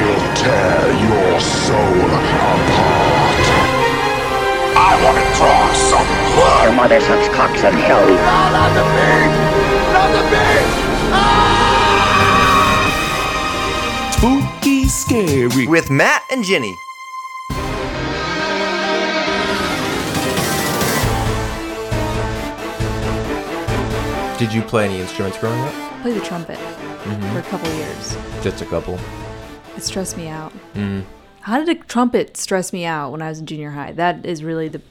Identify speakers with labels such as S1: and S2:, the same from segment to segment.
S1: tear your soul apart. I want to draw some blood.
S2: Your mother's such cocks in hell.
S1: No, not the beast! Not the beast!
S3: Spooky Scary.
S4: with Matt and Ginny. Did you play any instruments growing up?
S5: play the trumpet
S4: Mm-hmm.
S5: for a couple years.
S4: Just a couple.
S5: It stressed me out.
S4: Mm.
S5: How did a trumpet stress me out when I was in junior high? That is really the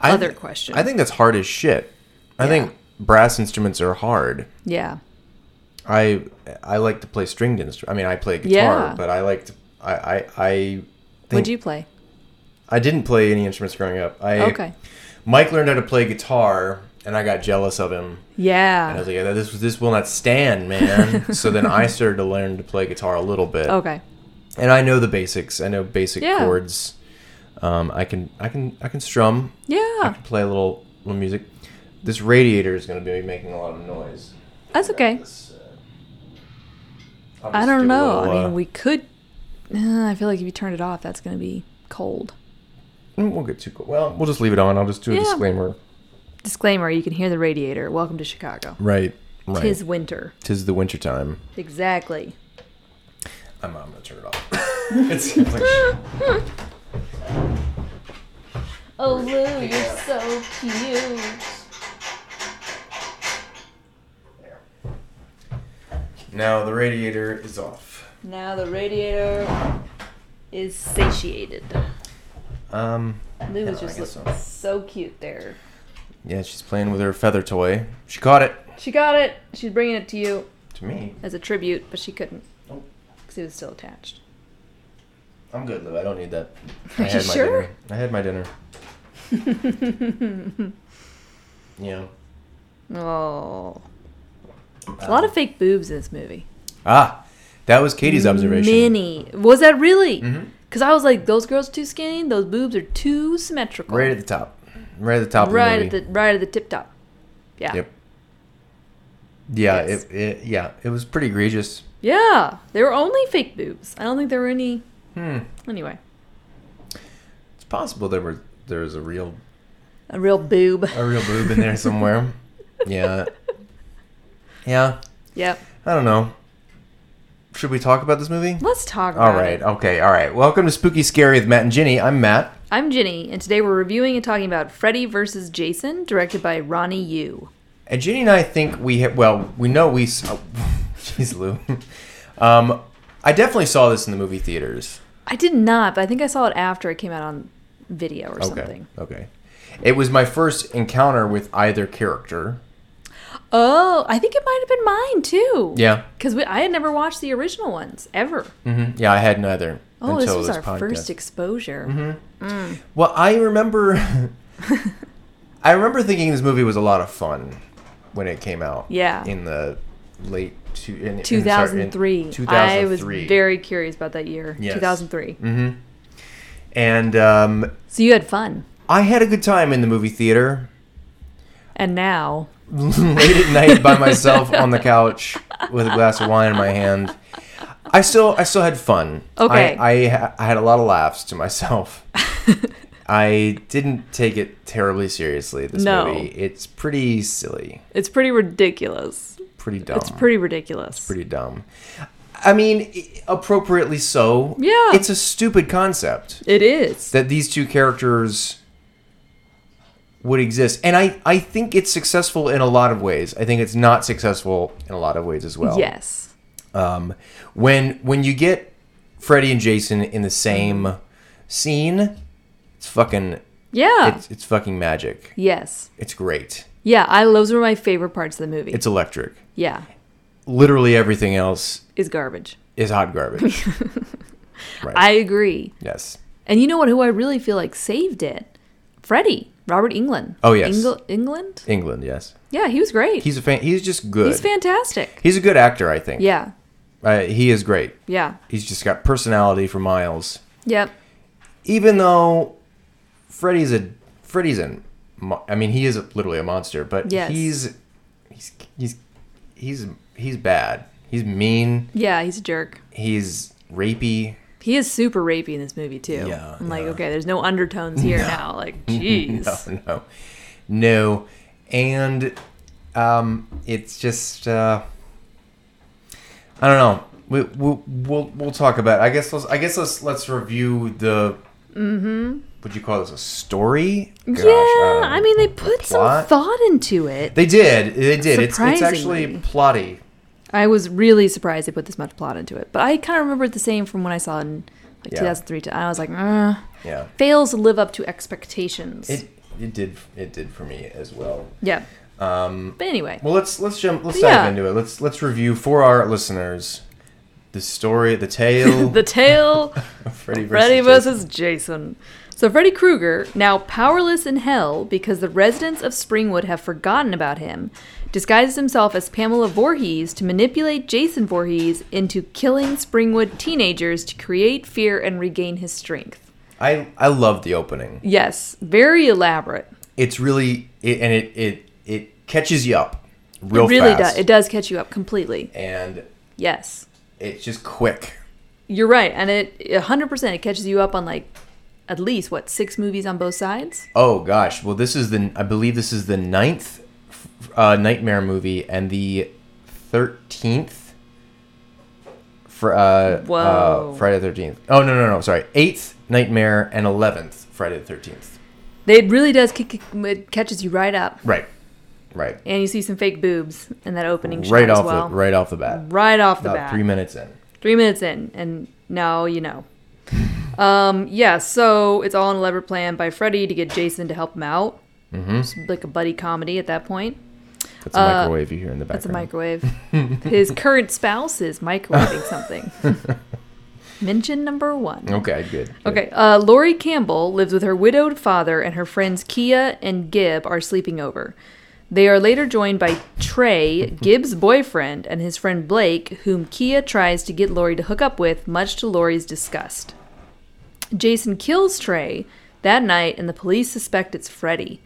S4: I
S5: Other
S4: th-
S5: question.
S4: I think that's hard as shit. I think brass instruments are hard.
S5: yeah.
S4: I I like to play stringed instruments. I mean, I play guitar,
S5: Yeah.
S4: but I like to. I I I. Think,
S5: What'd you play?
S4: I didn't play any instruments growing up. I
S5: Okay.
S4: Mike learned how to play guitar, and I got jealous of him. And I
S5: Yeah.
S4: was like, "Yeah, this this will not stand, man. so then I started to learn to play guitar a little bit.
S5: Okay.
S4: And I know the basics. I know basic
S5: Oh. Yeah.
S4: chords. Um, I can I can I can strum,
S5: Yeah.
S4: play a little little music. This radiator is going to be making a lot of noise.
S5: That's okay.
S4: This, uh, I'll
S5: I
S4: just
S5: don't
S4: do a
S5: know.
S4: little,
S5: I
S4: uh,
S5: mean, we could. Uh, I feel like if you turn it off, that's going to be cold.
S4: mm, we'll get too cool. Well, we'll just leave it on. I'll just do a
S5: Yeah.
S4: disclaimer.
S5: Disclaimer you can hear the radiator. Welcome to Chicago.
S4: Right. Right.
S5: Tis winter.
S4: Tis the winter time.
S5: Exactly.
S4: I'm, I'm gonna turn it off. it's, it's like,
S5: Oh, Lou, you're so cute.
S4: now the radiator is off.
S5: Now the radiator is satiated.
S4: Um,
S5: Lou
S4: is Yeah, I just guess looking
S5: so cute there.
S4: yeah, she's playing with her feather toy. She caught it.
S5: She got it. She's bringing it to you
S4: To me,
S5: as a tribute, but she couldn't
S4: Nope.
S5: because it was still attached.
S4: I'm good, Lou. I don't need that. I
S5: you
S4: had my
S5: sure?
S4: dinner. I had my dinner. yeah.
S5: Oh,
S4: Uh,
S5: There's a lot of fake boobs in this movie.
S4: Ah, that was Katie's observation.
S5: Many was that really?
S4: Mm-hmm.
S5: Because I was like, those girls are too skinny. Those boobs are too symmetrical.
S4: Right at the top. Right at the top.
S5: right
S4: of
S5: at
S4: the.
S5: the
S4: Movie.
S5: right at the tip top. Yeah.
S4: Yep. Yeah.
S5: Yes.
S4: It, it. Yeah. It was pretty egregious.
S5: Yeah. They were only fake boobs. I don't think there were any.
S4: Hmm.
S5: Anyway,
S4: It's possible there were there was a real
S5: a real boob.
S4: a real boob in there somewhere. yeah. Yeah.
S5: Yep.
S4: I don't know. Should we talk about this movie?
S5: Let's talk
S4: All
S5: about it.
S4: right. Okay. All right. Welcome to Spooky Scary with Matt and Ginny. I'm Matt.
S5: I'm Ginny, and today we're reviewing and talking about Freddy vs. Jason, directed by Ronnie Yu.
S4: And Ginny and I think we ha- well, we know we. s- oh, Jeez, Lou. um, I definitely saw this in the movie theaters.
S5: I did not, but I think I saw it after it came out on video or
S4: Okay.
S5: something.
S4: Okay. It was my first encounter with either character.
S5: Oh, I think it might have been mine too.
S4: Yeah.
S5: Because I had never watched the original ones ever.
S4: hmm Yeah, I had neither
S5: Oh, this
S4: until
S5: was
S4: this
S5: our
S4: podcast. Mm-hmm.
S5: first exposure.
S4: Well, I remember. I remember thinking this movie was a lot of fun when it came out.
S5: Yeah.
S4: In the late two, in, in- sorry, in
S5: 2003. I was
S4: 2003.
S5: very curious about that year.
S4: Yes. Mm-hmm.
S5: 2003.
S4: And um,
S5: So you had fun.
S4: I had a good time in the movie theater.
S5: And now,
S4: late at night by myself on the couch with a glass of wine in my hand. I still I still had fun.
S5: Okay.
S4: I I, ha- I had a lot of laughs to myself. I didn't take it terribly seriously. This
S5: No.
S4: movie it's pretty silly,
S5: it's pretty ridiculous.
S4: pretty dumb.
S5: It's pretty ridiculous.
S4: pretty dumb. I mean, i- appropriately so.
S5: Yeah.
S4: It's a stupid concept
S5: it is.
S4: that these two characters would exist and I, I think it's successful in a lot of ways i think it's not successful in a lot of ways as well
S5: yes.
S4: um, when when you get freddy and jason in the same scene it's fucking
S5: Yeah.
S4: it's, it's fucking magic
S5: yes.
S4: it's great
S5: Yeah. I those were my favorite parts of the movie.
S4: it's electric
S5: yeah.
S4: literally everything else
S5: Is garbage.
S4: is hot garbage
S5: I agree.
S4: yes
S5: And you know what? Who I really feel like saved it? Freddie, Robert England.
S4: Oh, yes.
S5: Engl- England.
S4: england yes
S5: Yeah, he was great. He's,
S4: he's a fan he's just good
S5: fantastic.
S4: He's a good actor i think
S5: Yeah,
S4: uh, he is great
S5: yeah,
S4: he's just got personality for miles
S5: yep.
S4: even though Freddy's a Freddy's an mo- I mean he is literally a monster, but
S5: Yes.
S4: he's he's he's he's he's bad. He's mean.
S5: Yeah, he's a jerk.
S4: He's rapey.
S5: He is super rapey in this movie too.
S4: Yeah,
S5: I'm like, okay, there's no undertones here now. Like, jeez.
S4: No, no, no, and um, it's just uh, I don't know. We, we'll, we'll we'll talk about. It. I guess let's I guess let's let's review the. Would you call this a story? Gosh,
S5: Mm-hmm. yeah,
S4: don't
S5: I mean, they
S4: know.
S5: put some
S4: um, plot?
S5: thought into it.
S4: They did. They did. It's it's actually
S5: Surprisingly.
S4: plotty.
S5: I was really surprised they put this much plot into it, but I kind of remember it the same from when I saw it in like
S4: Yeah.
S5: 2003. To, I was like, uh,
S4: Yeah.
S5: fails to live up to expectations.
S4: It it did it did for me as well.
S5: yeah. Um, but anyway,
S4: Well, let's let's jump. Let's
S5: But
S4: dive
S5: yeah.
S4: into it. Let's let's review for our listeners the story, the tale,
S5: the tale
S4: of Freddy versus.
S5: Freddy
S4: Jason.
S5: versus Jason. So Freddy Krueger, now powerless in hell because the residents of Springwood have forgotten about him, disguises himself as Pamela Voorhees to manipulate Jason Voorhees into killing Springwood teenagers to create fear and regain his strength.
S4: I I love the opening.
S5: Yes, very elaborate.
S4: It's really it, and it it it catches you up real
S5: it really
S4: fast.
S5: does. It does catch you up completely.
S4: and
S5: Yes.
S4: it's just quick.
S5: You're right. And it 100% it catches you up on like at least what six movies on both sides?
S4: Oh gosh. Well, this is the I believe this is the ninth uh, nightmare movie and the thirteenth. For, uh,
S5: Whoa.
S4: uh, Friday the 13th. Oh, no, no, no, sorry. 8th Nightmare and 11th Friday the 13th.
S5: It really does kick, it catches you right up.
S4: Right. Right.
S5: and you see some fake boobs in that opening shot
S4: right
S5: as
S4: off
S5: well.
S4: the right off the bat.
S5: Right off the
S4: About
S5: bat.
S4: three minutes in.
S5: Three minutes in, and now you know. Um, yeah, so it's all an elaborate plan by Freddy to get Jason to help him out. Mm-hmm. Like a buddy comedy at that point.
S4: That's a
S5: Uh,
S4: microwave you hear in the
S5: It's a
S4: background.
S5: microwave. His current spouse is microwaving something. Mention number one.
S4: okay, good. good.
S5: Okay, uh, Lori Campbell lives with her widowed father, and her friends Kia and Gib are sleeping over. They are later joined by Trey, Gibb's boyfriend, and his friend Blake, whom Kia tries to get Lori to hook up with, much to Lori's disgust. Jason kills Trey that night, and the police suspect it's Freddy.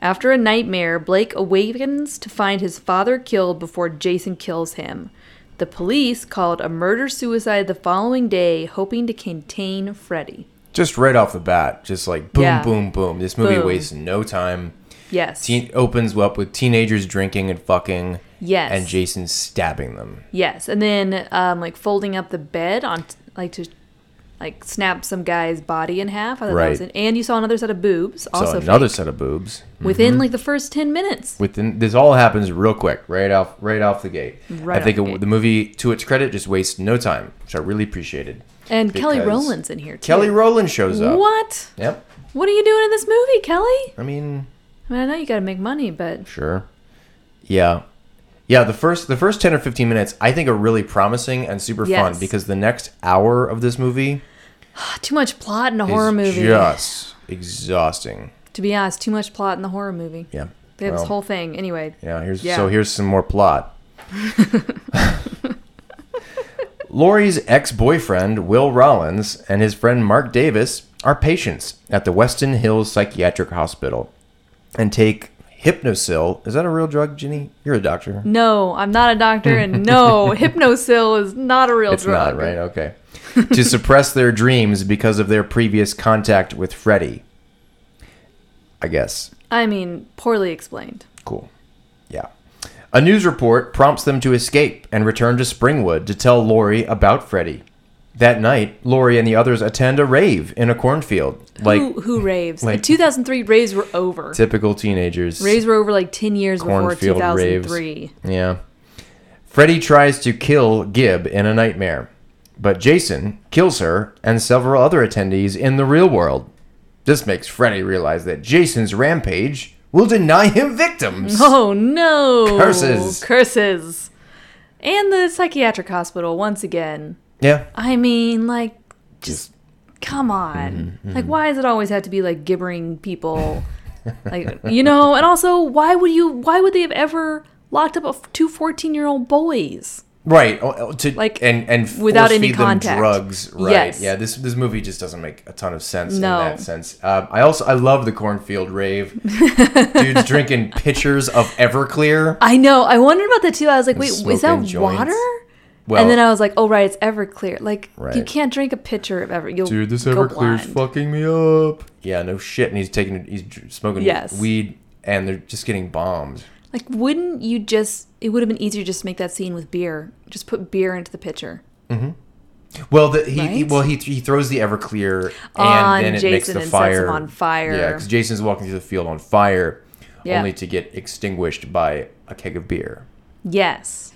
S5: After a nightmare, Blake awakens to find his father killed before Jason kills him. The police called a murder suicide the following day, hoping to contain Freddy.
S4: Just right off the bat, just like boom,
S5: Yeah.
S4: boom, boom. This movie
S5: Boom.
S4: wastes no time.
S5: Yes.
S4: Teen opens up with teenagers drinking and fucking.
S5: Yes.
S4: And Jason stabbing them.
S5: yes. And then, um, like, folding up the bed on, t- like, to, like, snap some guy's body in half. I thought that was
S4: Right.
S5: an- and you saw another set of boobs. Also,
S4: so another Mm-hmm.
S5: fake,
S4: set of boobs.
S5: within, like, the first 10 minutes.
S4: Within this all happens real quick, right off, right off the gate.
S5: Right
S4: I think
S5: off the
S4: it,
S5: gate.
S4: the movie, to its credit, just wastes no time, which I really appreciated.
S5: And Kelly
S4: because
S5: Rowland's in here, too.
S4: Kelly Rowland shows up.
S5: What?
S4: Yep.
S5: What are you doing in this movie, Kelly?
S4: I mean,
S5: I mean, I know you got to make money, but
S4: Sure. Yeah. Yeah, the first the first 10 or 15 minutes I think are really promising and super fun
S5: Yes.
S4: because the next hour of this movie
S5: too much plot in a horror
S4: is
S5: movie.
S4: just exhausting.
S5: To be honest, too much plot in the horror movie.
S4: Yeah.
S5: They have
S4: Well,
S5: this whole thing. Anyway.
S4: yeah, here's
S5: yeah.
S4: so here's some more plot. Lori's ex-boyfriend Will Rollins and his friend Mark Davis are patients at the Weston Hills Psychiatric Hospital and take Hypnosil. Is that a real drug, Ginny? You're a doctor.
S5: No, I'm not a doctor, and no, Hypnosil is not a real
S4: It's
S5: drug.
S4: not, right? Okay. to suppress their dreams because of their previous contact with Freddy. I guess.
S5: I mean, poorly explained.
S4: Cool. Yeah. A news report prompts them to escape and return to Springwood to tell Lori about Freddy. That night, Lori and the others attend a rave in a cornfield, like
S5: who, who raves?
S4: like-
S5: the 2003 raves were over.
S4: typical teenagers.
S5: Raves were over like 10 years before
S4: cornfield raves.
S5: 2003.
S4: Yeah. Freddy tries to kill Gib in a nightmare, but Jason kills her and several other attendees in the real world. This makes Freddy realize that Jason's rampage will deny him victims.
S5: Oh no!
S4: Curses.
S5: Curses. And the psychiatric hospital once again.
S4: Yeah.
S5: I mean, like, just come on.
S4: Mm-hmm,
S5: Like, why does it always have to be like gibbering people? like, you know, and also, why would you, why would they have ever locked up a f- two 14 year old boys?
S4: Right. oh, oh, To, like
S5: Like,
S4: and and
S5: without
S4: force
S5: any
S4: feed them
S5: contact.
S4: drugs. Right.
S5: Yes.
S4: Yeah. This this movie just doesn't make a ton of sense
S5: No.
S4: in that sense. Um, I also I love the cornfield rave. Dudes drinking pitchers of Everclear.
S5: I know. I wondered about that too. I was like, wait, is
S4: smoking
S5: that
S4: joints.
S5: water?
S4: Well,
S5: and then I was like, oh right, it's Everclear. Like you
S4: Right.
S5: can't drink a pitcher of Ever. You'll
S4: dude, this
S5: go
S4: Everclear's
S5: blind.
S4: fucking me up. Yeah, no shit. And he's taking, he's dr- smoking
S5: Yes.
S4: weed, and they're just getting bombed.
S5: Like wouldn't you just? It would have been easier just to make that scene with beer. Just put beer into the pitcher.
S4: Well, the, he, he
S5: Right?
S4: well he, he throws the Everclear and
S5: On
S4: then it makes
S5: Jason
S4: the
S5: and sets him
S4: fire
S5: on fire.
S4: Yeah, because Jason's walking through the field on fire,
S5: Yeah.
S4: only to get extinguished by a keg of beer.
S5: Yes.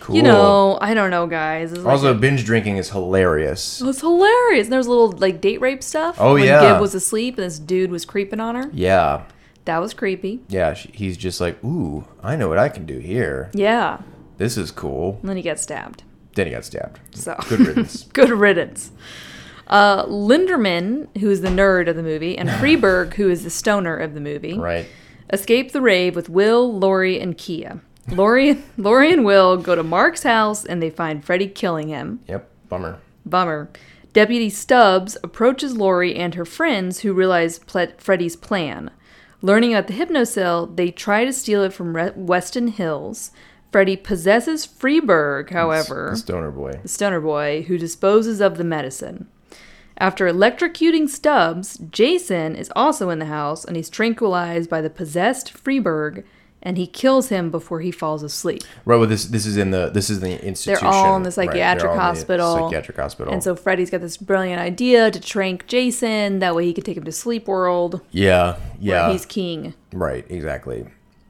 S4: Cool.
S5: You know, I don't know, guys. It's like-
S4: Also, binge drinking is hilarious.
S5: It was hilarious. And there was little like date rape stuff.
S4: Oh,
S5: when
S4: yeah.
S5: Gib was asleep and this dude was creeping on her.
S4: Yeah,
S5: That was creepy.
S4: yeah. sh he's just like, ooh, I know what I can do here.
S5: Yeah.
S4: This is cool.
S5: And then he got stabbed.
S4: Then he got stabbed.
S5: So
S4: Good riddance.
S5: Good riddance. Uh, Linderman, who is the nerd of the movie, and Freeberg, who is the stoner of the movie,
S4: right.
S5: escape the rave with Will, Lori, and Kia. Lori, Lori and Will go to Mark's house and they find Freddy killing him.
S4: Yep. Bummer.
S5: Bummer. Deputy Stubbs approaches Lori and her friends who realize Ple- Freddy's plan. Learning about the hypnocell, they try to steal it from Re- Weston Hills. Freddy possesses Freeburg, however,
S4: The stoner boy.
S5: the stoner boy, who disposes of the medicine. After electrocuting Stubbs, Jason is also in the house and he's tranquilized by the possessed Freeburg and he kills him before he falls asleep.
S4: Right. Well, this this is in the this is the institution.
S5: all in the
S4: right, they're
S5: psychiatric
S4: all in the
S5: hospital.
S4: Psychiatric hospital.
S5: And so Freddy's got this brilliant idea to trank Jason. That way he could take him to Sleep World.
S4: yeah.
S5: Yeah.
S4: Yeah.
S5: He's king.
S4: Right. Exactly.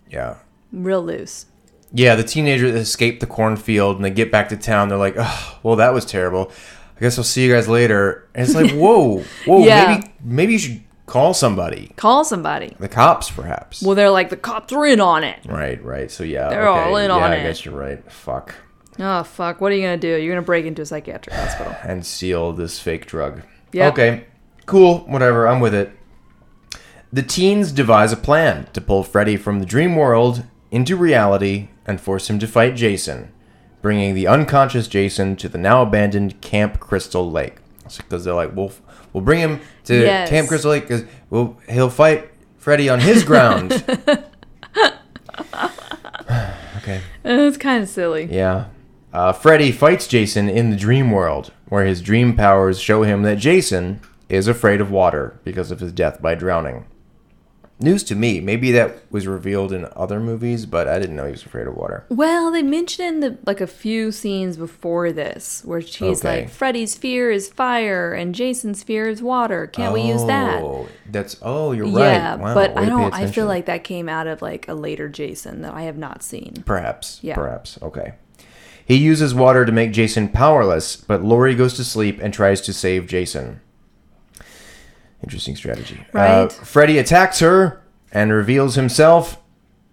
S4: Yeah.
S5: Real loose.
S4: Yeah, the teenagers escape the cornfield and they get back to town. They're like, oh, well, that was terrible. I guess I'll see you guys later. And it's like, whoa, whoa,
S5: Yeah.
S4: maybe, maybe you should call somebody.
S5: Call somebody.
S4: The cops, perhaps.
S5: Well, they're like, the cops are in on it.
S4: right, right. So, yeah.
S5: They're
S4: okay.
S5: all in
S4: yeah,
S5: on
S4: I
S5: it.
S4: guess you're right. Fuck.
S5: Oh, fuck. What are you going to do? You're going to break into a psychiatric hospital.
S4: And seal this fake drug.
S5: Yeah.
S4: Okay, cool, whatever, I'm with it. The teens devise a plan to pull Freddy from the dream world into reality and force him to fight Jason, bringing the unconscious Jason to the now abandoned Camp Crystal Lake. Because they're like, we'll, we'll bring him to
S5: Yes.
S4: Camp Crystal Lake because we'll, he'll fight Freddy on his ground. okay.
S5: it's kind of silly.
S4: Yeah. Uh, Freddy fights Jason in the dream world, where his dream powers show him that Jason is afraid of water because of his death by drowning. News to me. Maybe that was revealed in other movies, but I didn't know he was afraid of water.
S5: Well, they mentioned in the like a few scenes before this where she's
S4: Okay.
S5: like, Freddy's fear is fire and Jason's fear is water. Can't we use that?
S4: Oh, That's oh, you're right.
S5: Yeah,
S4: Wow,
S5: but
S4: way
S5: I
S4: to pay
S5: don't. I feel
S4: attention.
S5: like that came out of like a later Jason that I have not seen.
S4: Perhaps.
S5: Yeah.
S4: Perhaps. Okay. He uses water to make Jason powerless, but Lori goes to sleep and tries to save Jason. Interesting strategy. Uh,
S5: Right?
S4: Freddy attacks her and reveals himself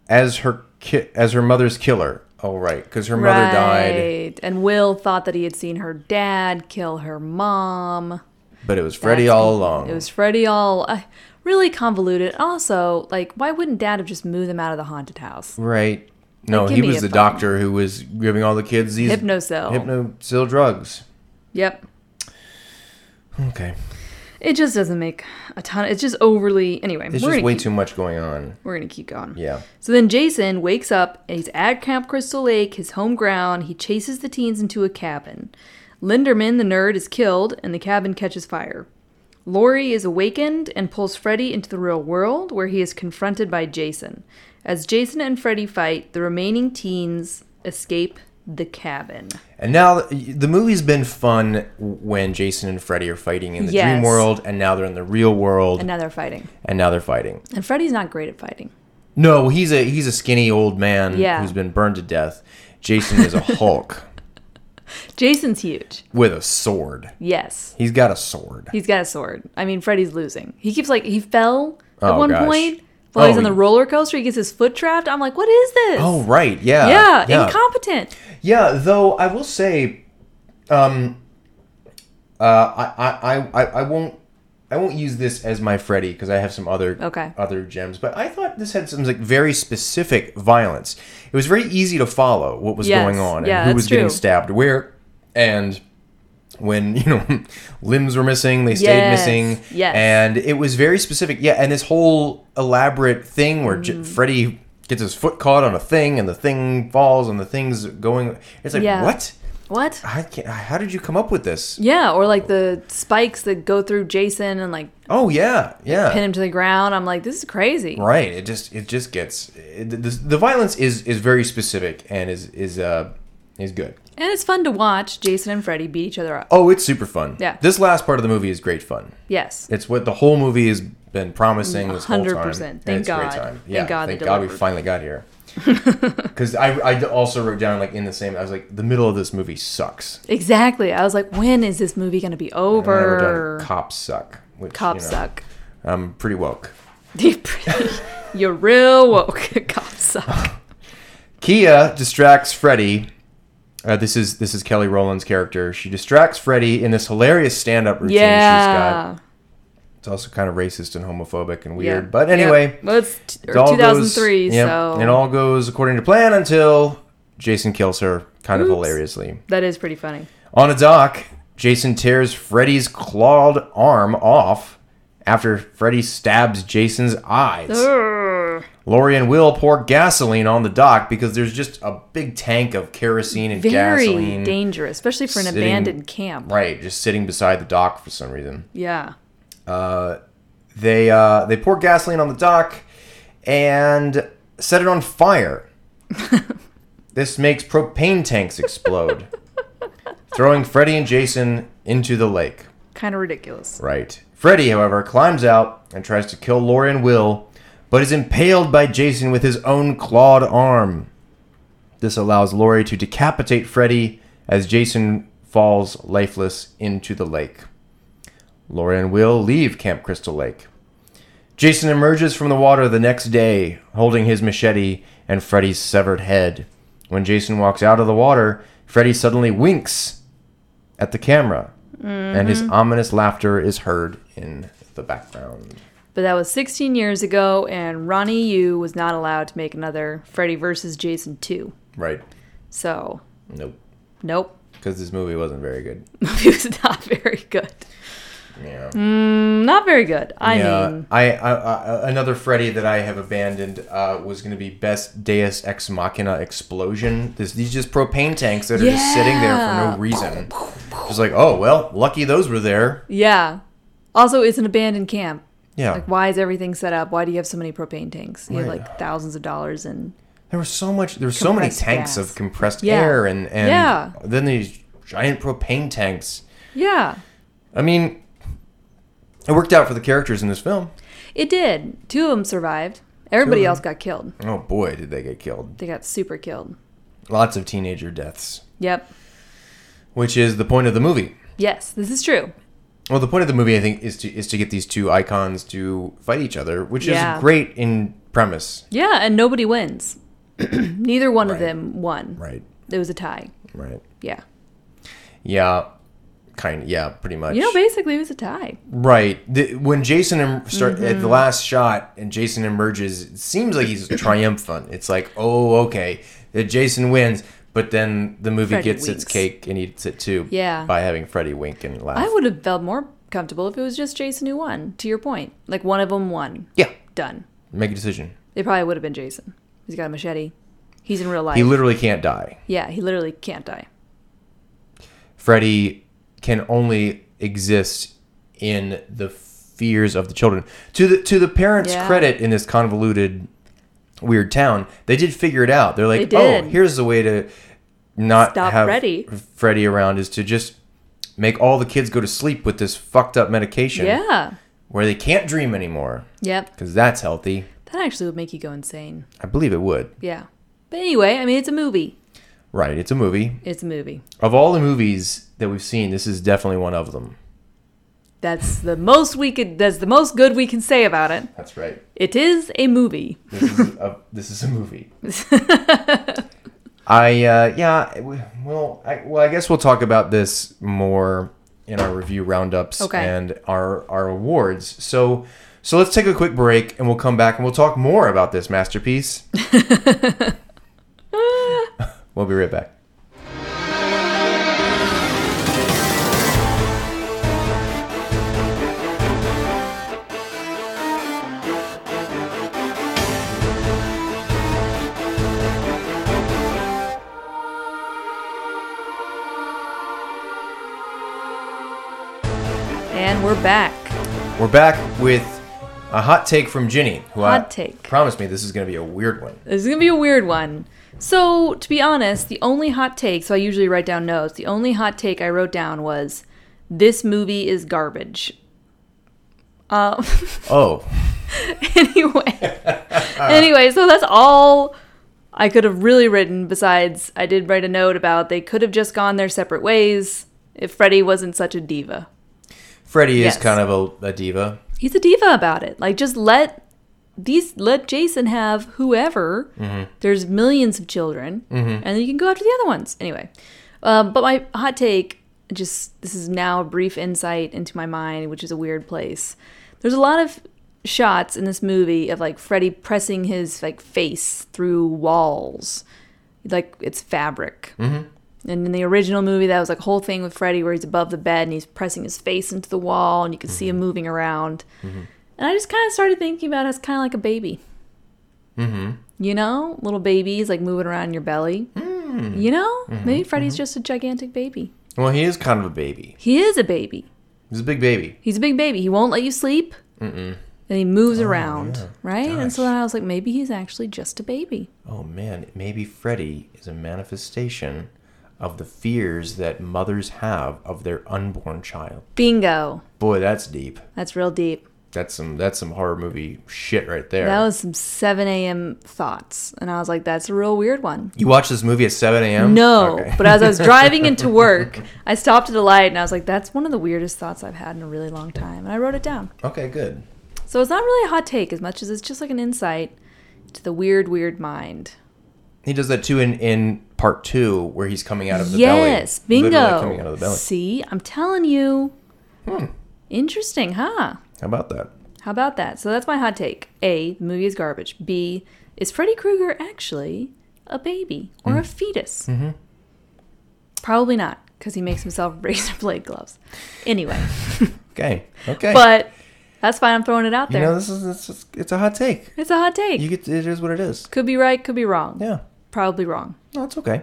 S4: as her ki- as her mother's killer. Oh right, because her mother died,
S5: Right. And Will thought that he had seen her dad kill her mom.
S4: but it was Freddy
S5: That's-
S4: all along.
S5: It was Freddy all uh, really convoluted. Also, like, why wouldn't dad have just moved them out of the haunted house?
S4: right. No,
S5: give
S4: he
S5: me
S4: was
S5: a
S4: the
S5: phone.
S4: doctor who was giving all the kids these
S5: Hypnocell.
S4: hypnocell drugs.
S5: Yep.
S4: Okay,
S5: It just doesn't make a ton. It's just overly. Anyway,
S4: it's
S5: we're
S4: just
S5: gonna
S4: way
S5: keep,
S4: too much going on.
S5: We're gonna keep going.
S4: Yeah.
S5: So then Jason wakes up and he's at Camp Crystal Lake, his home ground. He chases the teens into a cabin. Linderman, the nerd, is killed and the cabin catches fire. Lori is awakened and pulls Freddy into the real world where he is confronted by Jason. As Jason and Freddy fight, the remaining teens escape the cabin.
S4: And now the movie's been fun when Jason and Freddy are fighting in the
S5: Yes.
S4: dream world, and now they're in the real world,
S5: And
S4: and now,
S5: now they're fighting.
S4: they're fighting.
S5: And Freddy's not great at fighting.
S4: No, he's a he's a skinny old man
S5: Yeah.
S4: who's been burned to death. Jason is a Hulk
S5: Jason's huge.
S4: with a sword.
S5: Yes.
S4: He's got a sword.
S5: He's got a sword. I mean, Freddy's losing. He keeps like he fell at
S4: Oh,
S5: one
S4: gosh.
S5: point while he's
S4: Oh,
S5: on the
S4: he-
S5: roller coaster. He gets his foot trapped. I'm like, what is this?
S4: Oh right, yeah,
S5: yeah,
S4: yeah.
S5: incompetent.
S4: Yeah, though I will say, um, uh, I, I, I, I- I won't. I won't use this as my Freddy because I have some other
S5: Okay.
S4: other gems, but I thought this had some like very specific violence. It was very easy to follow what was
S5: Yes,
S4: going on
S5: yeah,
S4: and who
S5: that's
S4: was getting
S5: true.
S4: stabbed where, and when you know limbs were missing, they stayed
S5: Yes,
S4: missing,
S5: yes. Mm.
S4: and it was very specific. Yeah, and this whole elaborate thing where J- Freddy gets his foot caught on a thing, and the thing falls, and the thing's going. It's like
S5: Yeah.
S4: what?
S5: What?
S4: I can't, how did you come up with this?
S5: Yeah, or like the spikes that go through Jason and like
S4: Oh yeah, yeah.
S5: pin him to the ground. I'm like, this is crazy.
S4: Right. It just it just gets it, the, the violence is is very specific and is is uh is good.
S5: And it's fun to watch Jason and Freddy beat each other up.
S4: Oh, it's super fun.
S5: Yeah.
S4: This last part of the movie is great fun.
S5: Yes.
S4: It's what the whole movie has been promising this whole time.
S5: 100%.
S4: and
S5: Thank
S4: it's a great
S5: God.
S4: time.
S5: Thank
S4: Yeah. Thank
S5: God
S4: God,
S5: they
S4: we
S5: delivered.
S4: finally got here. Because I, I d- also wrote down like in the same I was like the middle of this movie sucks.
S5: Exactly. I was like, when is this movie going to be
S4: And I wrote
S5: over?
S4: down, cops suck. Which,
S5: Cops
S4: you know,
S5: suck.
S4: I'm pretty woke.
S5: You're real woke. Cops
S4: Oh,
S5: suck.
S4: Kia distracts Freddy. Uh, this is this is Kelly Rowland's character. She distracts Freddy in this hilarious stand-up routine she's
S5: Yeah.
S4: got. It's also kind of racist and homophobic and
S5: Yeah.
S4: weird. But anyway,
S5: Yep. Well, it's t-
S4: it all goes-
S5: 2003,
S4: yep,
S5: so
S4: it all goes according to plan until Jason kills her, kind of
S5: Oops.
S4: hilariously.
S5: that is pretty funny.
S4: On a dock, Jason tears Freddy's clawed arm off after Freddy stabs Jason's eyes.
S5: Urgh.
S4: Lori and Will pour gasoline on the dock because there's just a big tank of kerosene and
S5: Very
S4: gasoline.
S5: dangerous, especially for an
S4: sitting-
S5: abandoned camp.
S4: Right, just sitting beside the dock for some reason.
S5: Yeah.
S4: They uh, they pour gasoline on the dock and set it on fire. this makes propane tanks explode, throwing Freddy and Jason into the lake.
S5: Kind of ridiculous.
S4: Right. Freddy, however, climbs out and tries to kill Lori and Will, but is impaled by Jason with his own clawed arm. This allows Lori to decapitate Freddy as Jason falls lifeless into the lake. Lori and Will leave Camp Crystal Lake. Jason emerges from the water the next day, holding his machete and Freddy's severed head. When Jason walks out of the water, Freddy suddenly winks at the camera, and his
S5: Mm-hmm.
S4: ominous laughter is heard in the background.
S5: But that was 16 years ago, and Ronnie Yu was not allowed to make another Freddy versus Jason 2.
S4: Right?
S5: So,
S4: Nope.
S5: nope.
S4: Because this movie wasn't very good.
S5: Movie was not very good.
S4: Yeah.
S5: Not very good. I
S4: yeah.
S5: mean,
S4: I, I, I another Freddy that I have abandoned uh, was going to be best Deus Ex Machina explosion. There's these just propane tanks that are just sitting there for
S5: Yeah.
S4: no reason. Just like, oh well, lucky those were there.
S5: yeah. Also, it's an abandoned camp.
S4: Yeah.
S5: Like, why is everything set up? Why do you have so many propane tanks? You have
S4: Right.
S5: like thousands of dollars and
S4: There was so much. There were so many
S5: Compressed
S4: tanks
S5: gas.
S4: of compressed
S5: Yeah.
S4: air, and and
S5: Yeah.
S4: then these giant propane tanks.
S5: yeah,
S4: I mean, it worked out for the characters in this film.
S5: it did. Two of them survived. Everybody
S4: Two of
S5: else got killed.
S4: Oh boy, did they get killed!
S5: They got super killed.
S4: Lots of teenager deaths,
S5: Yep.
S4: which is the point of the movie.
S5: Yes, this is true.
S4: Well, the point of the movie, I think, is to is to get these two icons to fight each other, which
S5: Yeah.
S4: is great in premise.
S5: Yeah, and nobody wins. Neither one of
S4: Right.
S5: them won.
S4: Right.
S5: It was a tie.
S4: Right.
S5: Yeah.
S4: Yeah. Kind. Yeah. Pretty much.
S5: You know, basically, it was a tie.
S4: Right. The, when Jason em- start at
S5: Mm-hmm.
S4: the last shot and Jason emerges, it seems like he's triumphant. It's like, oh, okay, that Jason wins, but then the movie
S5: Freddy
S4: gets its
S5: winks.
S4: cake and eats it too.
S5: Yeah.
S4: By having Freddy wink and laugh.
S5: I would have felt more comfortable if it was just Jason who won, to your point. Like, one of them won.
S4: yeah.
S5: Done.
S4: Make a decision.
S5: It probably would have been Jason. He's got a machete. He's in real life.
S4: He literally can't die.
S5: yeah, he literally can't die.
S4: Freddy can only exist in the fears of the children. To the to the parents'
S5: Yeah.
S4: credit in this convoluted weird town, they did figure it out. They're like,
S5: They
S4: "Oh,
S5: did.
S4: here's the way to not
S5: Stop
S4: have
S5: Freddy."
S4: Freddy around is to just make all the kids go to sleep with this fucked up medication
S5: Yeah.
S4: where they can't dream anymore
S5: Yep.
S4: because that's healthy."
S5: That actually would make you go insane.
S4: I believe it would.
S5: Yeah. But anyway, I mean, it's a movie.
S4: Right, it's a movie.
S5: It's a movie.
S4: Of all the movies that we've seen, this is definitely one of them.
S5: That's the most we could, that's the most good we can say about it.
S4: That's right.
S5: It is a movie.
S4: this is a, this is a movie. I uh, yeah we- well I, well I guess we'll talk about this more in our review roundups
S5: Okay.
S4: and our our awards. So so let's take a quick break and we'll come back and we'll talk more about this masterpiece. we'll be right back.
S5: And we're back.
S4: We're back with a hot take from Ginny, who I
S5: Hot take.
S4: promised me this is going to be a weird one.
S5: This is going to be a weird one. So, to be honest, the only hot take, so I usually write down notes, the only hot take I wrote down was this movie is garbage. Um,
S4: Oh,
S5: anyway. anyway, so that's all I could have really written besides I did write a note about they could have just gone their separate ways if Freddie wasn't such a diva.
S4: Freddie
S5: Yes.
S4: is kind of a, a diva.
S5: He's a diva about it. Like just let these let Jason have whoever. There's millions of children and then you can go after the other ones. Anyway. Um, but my hot take just this is now a brief insight into my mind, which is a weird place. There's a lot of shots in this movie of like Freddy pressing his like face through walls, like it's fabric. And in the original movie, that was like a whole thing with Freddy where he's above the bed and he's pressing his face into the wall, and you can see him moving around. And I just kind of started thinking about it as kind of like a baby. Mm-hmm. You know, little babies like moving around in your belly. You know, maybe Freddy's just a gigantic baby.
S4: Well, he is kind of a baby.
S5: He is a baby.
S4: He's a big baby.
S5: He's a big baby. He won't let you sleep. Mm-mm. And he moves around, right? And so
S4: Gosh.
S5: then I was like, maybe he's actually just a baby.
S4: Oh man, maybe Freddie is a manifestation of the fears that mothers have of their unborn child.
S5: Bingo.
S4: Boy, that's deep.
S5: That's real deep.
S4: That's some that's some horror movie shit right there.
S5: That was some 7 a.m. thoughts. And I was like, that's a real weird one.
S4: you watch this movie at 7 a.m.
S5: No.
S4: Oh, Okay.
S5: But as I was driving into work, I stopped at a light and I was like, that's one of the weirdest thoughts I've had in a really long time. And I wrote it down.
S4: okay, good.
S5: So it's not really a hot take as much as it's just like an insight to the weird, weird mind.
S4: He does that too in in part two where he's coming out of the belly.
S5: yes. bingo.
S4: Literally coming out of the belly. Hmm.
S5: See, I'm telling you. Interesting, huh?
S4: How about that?
S5: How about that? So that's my hot take. A, the movie is garbage. B, is Freddy Krueger actually a baby or a fetus? Mm-hmm. Probably not, because he makes himself razor blade gloves. Anyway,
S4: Okay. Okay.
S5: but that's fine. I'm throwing it out
S4: you
S5: there.
S4: know this is it's, just- it's a hot take.
S5: it's a hot take.
S4: You get it is what it is.
S5: could be right, could be wrong.
S4: Yeah.
S5: Probably wrong.
S4: No, it's okay.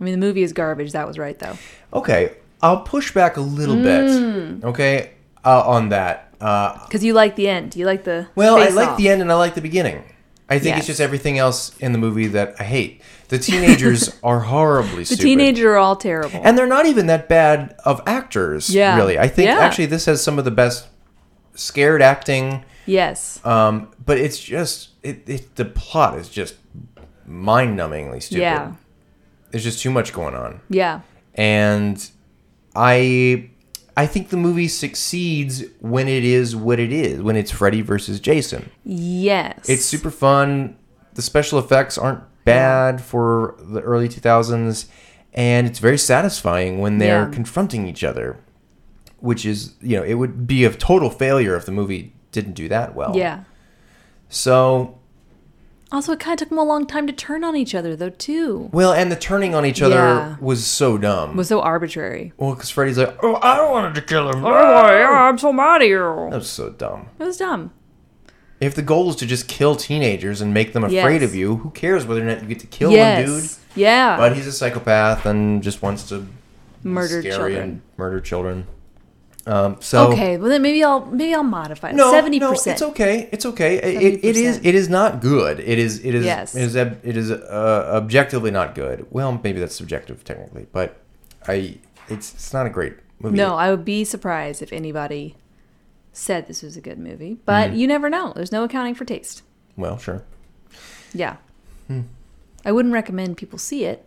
S5: I mean, the movie is garbage. That was right, though.
S4: Okay, I'll push back a little
S5: Mm.
S4: bit. Okay, uh, on that. Uh,
S5: Because you like the end. You like the.
S4: well, I
S5: face
S4: like
S5: off.
S4: the end and I like the beginning. I think
S5: Yes.
S4: it's just everything else in the movie that I hate. The teenagers are horribly
S5: The
S4: stupid.
S5: teenagers are all terrible.
S4: and they're not even that bad of actors.
S5: Yeah.
S4: really. I think
S5: Yeah.
S4: actually this has some of the best scared acting.
S5: yes.
S4: Um, but it's just it, it the plot is just mind-numbingly stupid.
S5: yeah.
S4: There's just too much going on.
S5: Yeah.
S4: and I I think the movie succeeds when it is what it is, when it's Freddy versus Jason.
S5: Yes.
S4: It's super fun. The special effects aren't bad for the early 2000s and it's very satisfying when they're
S5: Yeah.
S4: confronting each other, which is, you know, it would be a total failure if the movie didn't do that well.
S5: Yeah.
S4: So,
S5: Also, it kind of took them a long time to turn on each other, though, too.
S4: well, and the turning on each other
S5: Yeah.
S4: was so dumb.
S5: It was so arbitrary.
S4: well, because Freddy's like, oh, I wanted to kill him.
S5: Oh. I'm so mad at you.
S4: That was so dumb.
S5: It was dumb.
S4: If the goal is to just kill teenagers and make them afraid
S5: Yes.
S4: of you, who cares whether or not you get to kill
S5: yes.
S4: one dude?
S5: Yeah.
S4: But he's a psychopath and just wants to
S5: Murdered
S4: scary
S5: children.
S4: and murder children. Um, so
S5: okay. Well, then maybe I'll maybe I'll modify it.
S4: no,
S5: Seventy
S4: no,
S5: percent.
S4: it's okay. It's okay. It, it, it is.
S5: 70%.
S4: It is not good. It is. It is.
S5: Yes.
S4: It is. ob- It is uh, objectively not good. Well, maybe that's subjective technically, but I. It's. It's not a great movie.
S5: No, I would be surprised if anybody said this was a good movie. But
S4: Mm-hmm.
S5: you never know. There's no accounting for taste.
S4: Well, sure.
S5: Yeah.
S4: Hmm.
S5: I wouldn't recommend people see it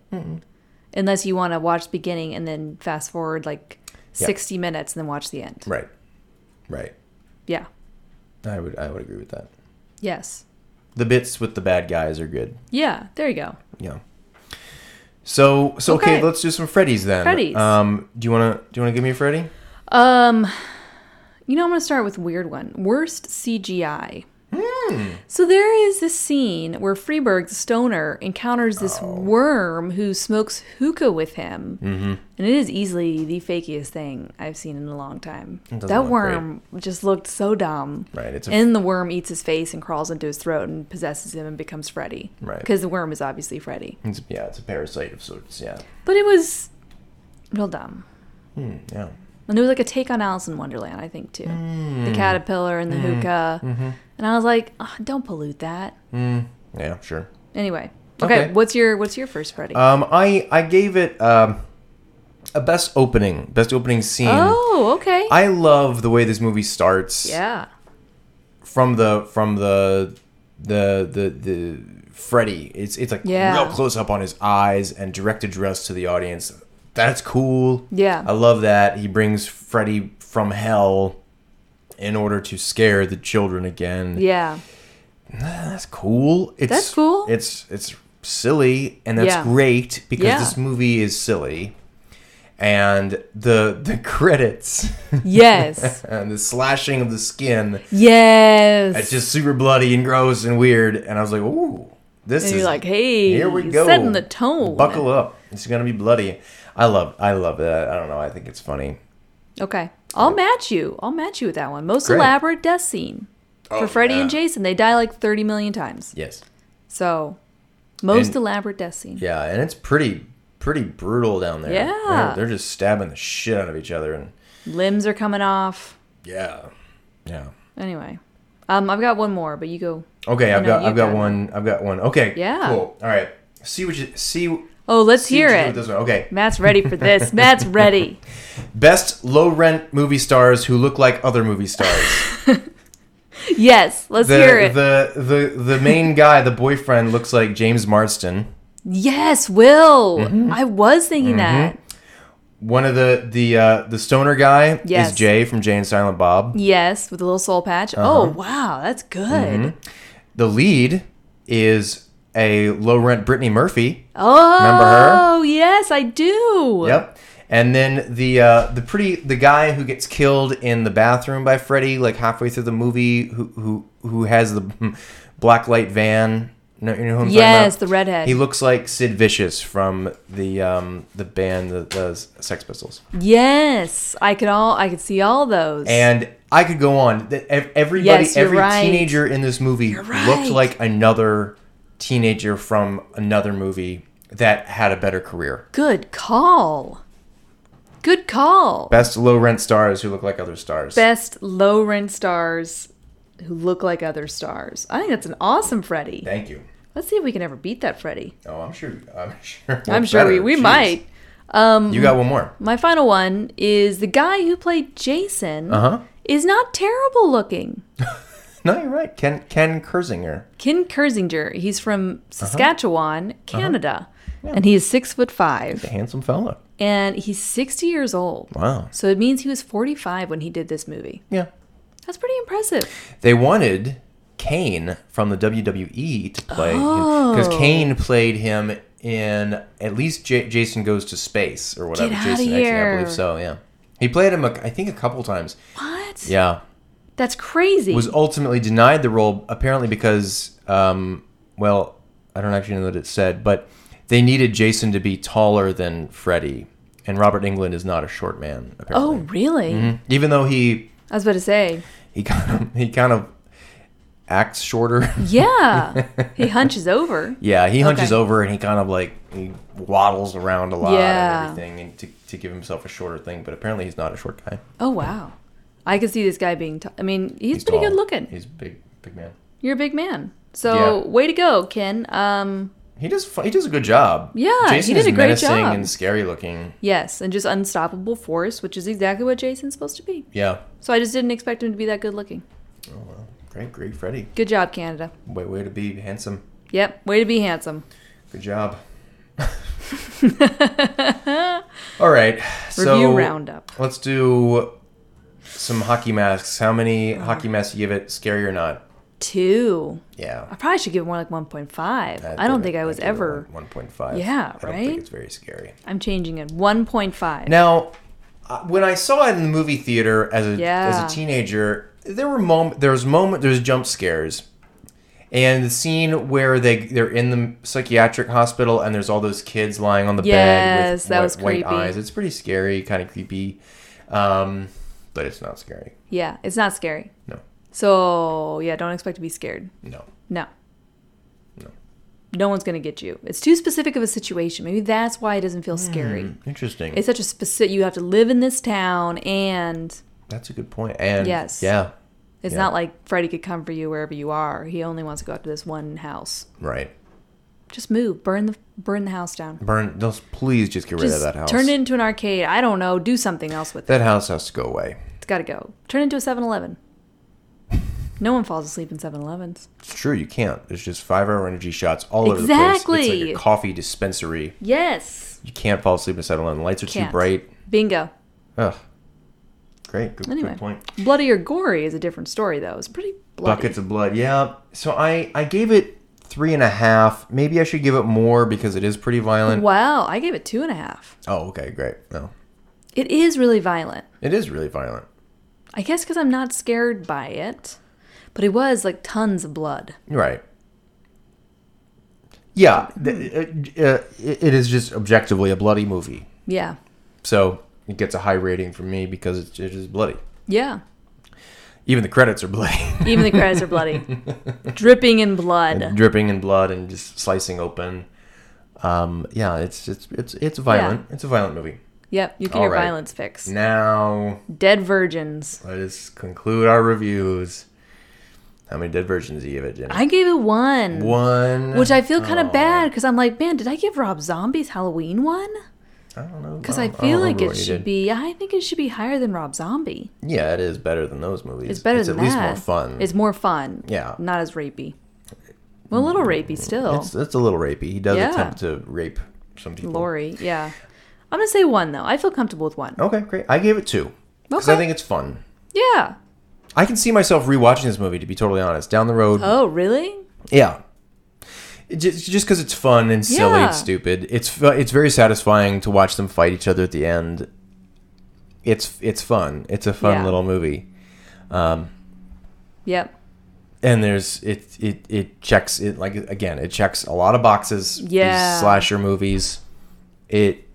S5: unless you want to watch the beginning and then fast forward like
S4: Yeah.
S5: 60 minutes and then watch the end.
S4: Right. Right.
S5: Yeah.
S4: I would. I would agree with that.
S5: Yes.
S4: The bits with the bad guys are good.
S5: Yeah. There you go.
S4: Yeah. So so okay,
S5: Okay.
S4: let's do some Freddy's then.
S5: Freddy's.
S4: Um, do you wanna do you wanna give me a Freddy?
S5: Um, you know, I'm gonna start with a weird one. Worst CGI.
S4: Hmm.
S5: So there is this scene where Freeberg, the stoner, encounters this
S4: Oh.
S5: worm who smokes hookah with him, mm-hmm. and it is easily the fakiest thing I've seen in a long time.
S4: doesn't
S5: That
S4: look
S5: worm just looked so dumb.
S4: Right, it's a-
S5: and the worm eats his face and crawls into his throat and possesses him and becomes Freddy.
S4: Right.
S5: Because the worm is obviously Freddy.
S4: It's, yeah, it's a parasite of sorts. Yeah,
S5: But it was real dumb.
S4: Hmm, yeah.
S5: And there was like a take on Alice in Wonderland, I think, too.
S4: Hmm.
S5: The caterpillar and the hookah.
S4: Mm-hmm.
S5: And I was like, "Ah, don't pollute that.
S4: Yeah, sure.
S5: Anyway. Okay,
S4: Okay.
S5: what's your what's your first Freddy?
S4: Um, I I gave it um, a best opening, best opening scene.
S5: oh, okay.
S4: I love the way this movie starts.
S5: yeah.
S4: From the from the the the the Freddy, it's it's like
S5: Yeah.
S4: real close up on his eyes and direct address to the audience. That's cool.
S5: Yeah.
S4: I love that he brings Freddy from hell in order to scare the children again.
S5: Yeah.
S4: That's cool. It's,
S5: That's cool.
S4: It's it's silly, and that's
S5: Yeah.
S4: great because
S5: Yeah.
S4: this movie is silly, and the the credits
S5: Yes.
S4: and the slashing of the skin.
S5: yes.
S4: It's just super bloody and gross and weird. And I was like, ooh, this
S5: and
S4: is
S5: you're like, hey,
S4: here we go.
S5: setting the tone.
S4: Buckle up. It's gonna be bloody. I love I love that. I don't know. I think it's funny.
S5: Okay. I'll match you. I'll match you with that one. Most
S4: Great. Oh,
S5: elaborate death scene. For Freddy and
S4: yeah.
S5: Jason, they die like 30 million times.
S4: Yes.
S5: So, most
S4: And-
S5: elaborate death scene.
S4: Yeah, and it's pretty pretty brutal down there. They're-
S5: Yeah.
S4: they're just stabbing the shit out of each other, and
S5: Limbs are coming off.
S4: yeah, yeah.
S5: Anyway. Um, I've got one more, but you go.
S4: Okay, I've
S5: no,
S4: got
S5: you
S4: I've got
S5: got it.
S4: one. I've got one. Okay.
S5: Yeah.
S4: Cool. All right. See what you see.
S5: Oh, let's
S4: see
S5: hear
S4: what you do with
S5: it.
S4: This one. Okay.
S5: Matt's ready for this. Matt's ready.
S4: Best low rent movie stars who look like other movie stars.
S5: Yes, let's
S4: The
S5: hear it.
S4: the the the main guy, the boyfriend, looks like James Marston.
S5: yes, Will.
S4: Mm-hmm.
S5: I was thinking that.
S4: One of the the uh, the stoner guy
S5: Yes.
S4: is Jay from Jay and Silent Bob.
S5: Yes, with a little soul patch.
S4: Uh-huh.
S5: Oh, wow. That's good.
S4: Mm-hmm. The lead is a low rent Brittany Murphy.
S5: Oh,
S4: her?
S5: yes, I do.
S4: Yep. And then the uh, the pretty the guy who gets killed in the bathroom by Freddy like halfway through the movie who who who has the black light van. No, you know who I'm
S5: Yes,
S4: talking about?
S5: the redhead.
S4: He looks like Sid Vicious from the um, the band the, the Sex Pistols.
S5: Yes, I could all I could see all those.
S4: And I could go on. The- ev- Everybody,
S5: Yes, you're
S4: every
S5: right.
S4: teenager in this movie
S5: right.
S4: looked like another teenager from another movie that had a better career.
S5: good call. Good call.
S4: Best low rent stars who look like other stars.
S5: Best low rent stars who look like other stars. I think that's an awesome Freddy.
S4: Thank you.
S5: Let's see if we can ever beat that Freddy.
S4: Oh, I'm sure. I'm sure.
S5: I'm sure we,
S4: better.
S5: we
S4: Jeez.
S5: might.
S4: You got one more.
S5: My final one is the guy who played Jason
S4: Uh huh.
S5: is not terrible looking.
S4: No, you're right. Ken Ken Kersinger.
S5: Ken Kersinger. He's from
S4: Uh-huh.
S5: Saskatchewan, Canada, and he is six foot five,
S4: Handsome fella.
S5: and he's sixty years old.
S4: Wow.
S5: So it means he was forty five when he did this movie.
S4: Yeah.
S5: That's pretty impressive.
S4: They wanted Kane from the WWE to play because
S5: Oh.
S4: Kane played him in at least J- Jason Goes to Space or whatever.
S5: Get outta
S4: Jason I
S5: here.
S4: believe so. Yeah. He played him, a, I think, a couple times.
S5: What?
S4: Yeah.
S5: That's crazy.
S4: was ultimately denied the role apparently because um, well i don't actually know that it said but they needed jason to be taller than freddy and robert england is not a short man
S5: oh,
S4: apparently Mm-hmm.
S5: really?
S4: even though he
S5: I was about to say.
S4: he kind of he kind of acts shorter
S5: Yeah. he hunches over.
S4: yeah he hunches
S5: Okay.
S4: over and he kind of like he waddles around a lot
S5: Yeah.
S4: and everything and to, to give himself a shorter thing but apparently he's not a short guy
S5: Oh, wow. I could see this guy being. T- I mean, he's,
S4: he's
S5: pretty
S4: tall.
S5: good looking.
S4: he's a big big man
S5: You're a big man. So,
S4: Yeah.
S5: way to go, Ken. Um,
S4: he does fu- he does a good job
S5: Yeah, he
S4: jason
S5: did
S4: is
S5: a great
S4: menacing
S5: job.
S4: and scary looking
S5: yes, and just unstoppable force, which is exactly what Jason's supposed to be.
S4: yeah
S5: So I just didn't expect him to be that good looking.
S4: Great, great, Freddy.
S5: Good job, Canada.
S4: Way, way to be handsome.
S5: Yep, way to be handsome.
S4: Good job. All right. So
S5: Review roundup.
S4: Let's do some hockey masks. How
S5: Oh.
S4: many hockey masks you give it? Scary or not?
S5: Two.
S4: Yeah.
S5: I probably should give it more like 1.5. I, don't think I was ever.
S4: one point five.
S5: Yeah,
S4: I don't
S5: right?
S4: think it's very scary.
S5: I'm changing it. 1.5.
S4: Now, uh, when I saw it in the movie theater as a
S5: Yeah.
S4: as a teenager, there were moment there was moment there was jump scares, and the scene where they they're in the psychiatric hospital and there's all those kids lying on the bed
S5: Yes,
S4: with
S5: that
S4: white,
S5: was
S4: white
S5: creepy.
S4: eyes. It's pretty scary, kind of creepy, um, but it's not scary.
S5: Yeah, it's not scary.
S4: No,
S5: So, yeah, don't expect to be scared.
S4: no,
S5: No. no one's going to get you. It's too specific of a situation. Maybe that's why it doesn't feel
S4: Hmm.
S5: scary.
S4: Interesting.
S5: It's such a specific, you have to live in this town and
S4: That's a good point. And
S5: Yes.
S4: yeah,
S5: it's
S4: Yeah.
S5: not like Freddy could come for you wherever you are. He only wants to go out to this one house.
S4: right.
S5: Just move, burn the burn the house down.
S4: Burn. Those, please just get rid
S5: Just
S4: of that house.
S5: turn it into an arcade. I don't know. Do something else with it.
S4: That house has to go away.
S5: It's got to go. Turn into a 7-Eleven. No one falls asleep in 7-Elevens.
S4: It's true. You can't. There's just five hour energy shots all over the place. It's like
S5: Exactly.
S4: a coffee dispensary.
S5: Yes.
S4: You can't fall asleep in 7 Eleven. Lights are
S5: Can't.
S4: too bright.
S5: Bingo.
S4: Ugh. Great. Good,
S5: Anyway.
S4: good point.
S5: Bloody or gory is a different story though. It's pretty bloody.
S4: Buckets of blood. Yeah. So I, I gave it three and a half. Maybe I should give it more because it is pretty violent.
S5: Wow, I gave it two and a half.
S4: Oh, okay. Great. No.
S5: It is really violent.
S4: It is really violent.
S5: I guess because I'm not scared by it, but it was like tons of blood.
S4: Right. Yeah.
S5: Hmm.
S4: th- uh, uh, it it is just objectively a bloody movie.
S5: Yeah,
S4: So it gets a high rating from me because it's, it is bloody.
S5: yeah.
S4: Even the credits are bloody.
S5: Even the credits are bloody, dripping in blood.
S4: dripping in blood and just slicing open. Um, yeah, it's it's it's it's violent. It's a violent movie.
S5: Yep, you get
S4: All
S5: your
S4: right.
S5: violence fix.
S4: Now
S5: Dead virgins.
S4: let us conclude our reviews. How many dead virgins do you give it, Jenny?
S5: I gave it one,
S4: One.
S5: which I feel
S4: Oh.
S5: kind of bad because I'm like, man, did I give Rob Zombie's Halloween one?
S4: Oh, I don't know.
S5: Because
S4: don't-
S5: I
S4: don't
S5: feel like
S4: remember
S5: it
S4: what you
S5: should
S4: did.
S5: be. I think it should be higher than Rob Zombie.
S4: Yeah, it is better than those movies.
S5: It's better
S4: It's
S5: than
S4: at least
S5: that.
S4: more fun.
S5: It's more fun.
S4: Yeah.
S5: Not as rapey. Well, a little rapey still.
S4: It's, it's a little rapey. He does
S5: Yeah.
S4: attempt to rape some people.
S5: Lori, yeah. I'm gonna say one though. I feel comfortable with one.
S4: Okay, great. I gave it two because Oh, I
S5: Okay.
S4: think it's fun.
S5: Yeah.
S4: I can see myself rewatching this movie. To be totally honest, down the road,
S5: Oh, really?
S4: Yeah. It Just just because it's fun and silly
S5: Yeah.
S4: and stupid, it's fu- it's very satisfying to watch them fight each other at the end. It's it's fun. It's a fun
S5: Yeah.
S4: little movie,
S5: Yep.
S4: and there's it it it checks it like again it checks a lot of boxes. These
S5: Yeah.
S4: slasher movies. It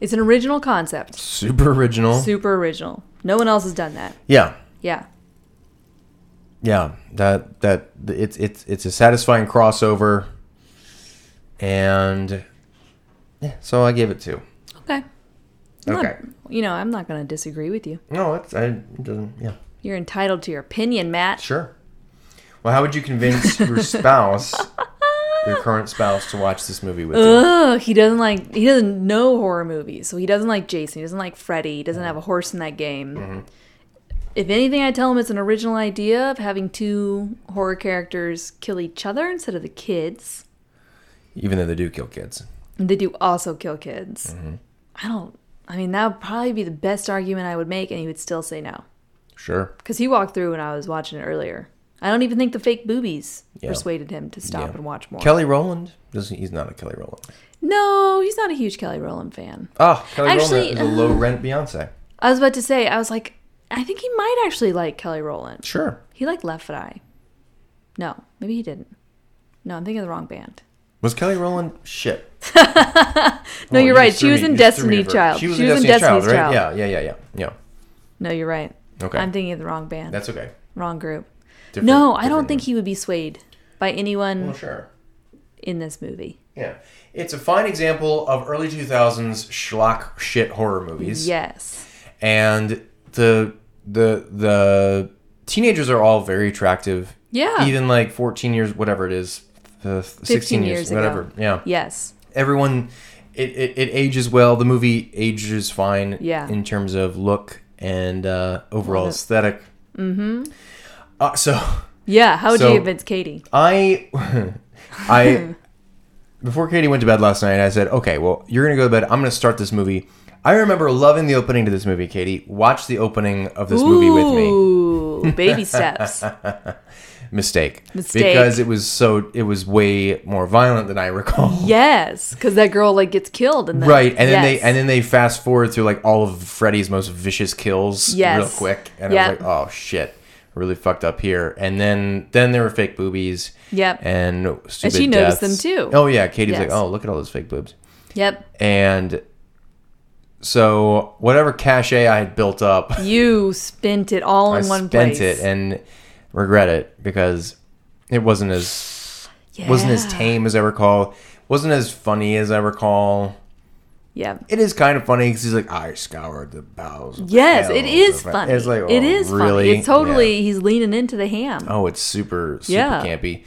S5: It's an original concept.
S4: super original.
S5: Super original. No one else has done that.
S4: yeah,
S5: Yeah.
S4: yeah. That that it's it's it's a satisfying crossover, and yeah. So I gave it two.
S5: Okay. I'm not-
S4: Okay.
S5: you know, I'm not gonna disagree with you.
S4: No, it's I it doesn't yeah.
S5: You're entitled to your opinion, Matt.
S4: Sure. Well, how would you convince your spouse, your current spouse, to watch this movie with you?
S5: Ugh, he doesn't like he doesn't know horror movies, so he doesn't like Jason, he doesn't like Freddy, he doesn't have a horse in that game.
S4: Mm-hmm.
S5: If anything, I tell him it's an original idea of having two horror characters kill each other instead of the kids.
S4: Even though they do kill kids.
S5: They do also kill kids.
S4: Mm-hmm.
S5: I don't. I mean, that would probably be the best argument I would make, and he would still say no
S4: Sure.
S5: because he walked through when I was watching it earlier. I don't even think the fake boobies
S4: Yeah.
S5: persuaded him to stop
S4: Yeah.
S5: and watch more.
S4: Kelly Rowland? Doesn't he's not a Kelly Rowland.
S5: no, he's not a huge Kelly Rowland fan.
S4: Oh, Kelly
S5: Actually, uh,
S4: Rowland is a low rent Beyonce.
S5: I was about to say, I was like, I think he might actually like Kelly Rowland.
S4: Sure.
S5: He liked Left Eye. No, maybe he didn't. No, I'm thinking of the wrong band.
S4: Was Kelly Rowland shit?
S5: No,
S4: Oh,
S5: you're
S4: you
S5: right.
S4: just
S5: She
S4: threw
S5: was
S4: me-
S5: in
S4: you just threw me
S5: Destiny
S4: for-
S5: Child.
S4: She was in Destiny's, Child, right? Yeah, yeah, yeah, yeah.
S5: No, you're right.
S4: Yeah. Okay.
S5: I'm thinking of the wrong band.
S4: That's okay.
S5: wrong group.
S4: Different-
S5: no, I don't
S4: different
S5: think he would be swayed by anyone
S4: one. Well, sure.
S5: in this movie.
S4: Yeah. It's a fine example of early 2000s schlock shit horror movies.
S5: Yes.
S4: and the the the teenagers are all very attractive.
S5: Yeah.
S4: Even like 14 years, whatever it is, uh, 16 years,
S5: years ago.
S4: whatever. Yeah.
S5: Yes.
S4: Everyone, it, it, it ages well. The movie ages fine
S5: Yeah.
S4: in terms of look and uh, overall aesthetic. Mm-hmm. Uh, so
S5: Yeah. How would
S4: So-
S5: you convince Katie?
S4: I, I, before Katie went to bed last night, I said, "Okay, well, you're gonna go to bed. I'm gonna start this movie." I remember loving the opening to this movie. Katie, watch the opening of this movie with me.
S5: Ooh, baby steps.
S4: Mistake.
S5: Mistake.
S4: Because it was so, it was way more violent than I recall.
S5: yes, because that girl like gets killed and then,
S4: Right, and then
S5: Yes.
S4: they and then they fast forward through like all of Freddy's most vicious kills
S5: Yes.
S4: real quick, and I
S5: Yep.
S4: was like, "Oh shit, really fucked up here." And then then there were fake boobies.
S5: Yep.
S4: and stupid
S5: she noticed
S4: deaths.
S5: them, too.
S4: Oh yeah, Katie's
S5: Yes.
S4: like, "Oh look at all those fake boobs,"
S5: Yep.
S4: and so whatever cachet I had built up,
S5: You spent it all
S4: I
S5: in one
S4: spent
S5: place.
S4: it and regret it because it wasn't as Wasn't as
S5: Yeah.
S4: tame as I recall. Wasn't as funny as I recall.
S5: Yeah.
S4: It is kind of funny because he's like, I scoured the bowels. of
S5: Yes,
S4: hell
S5: it is
S4: to fi-"
S5: funny.
S4: It's like,
S5: it
S4: "Oh,
S5: is
S4: really?
S5: funny. It's totally
S4: Yeah.
S5: he's leaning into the ham.
S4: Oh, it's super, super
S5: Yeah.
S4: campy.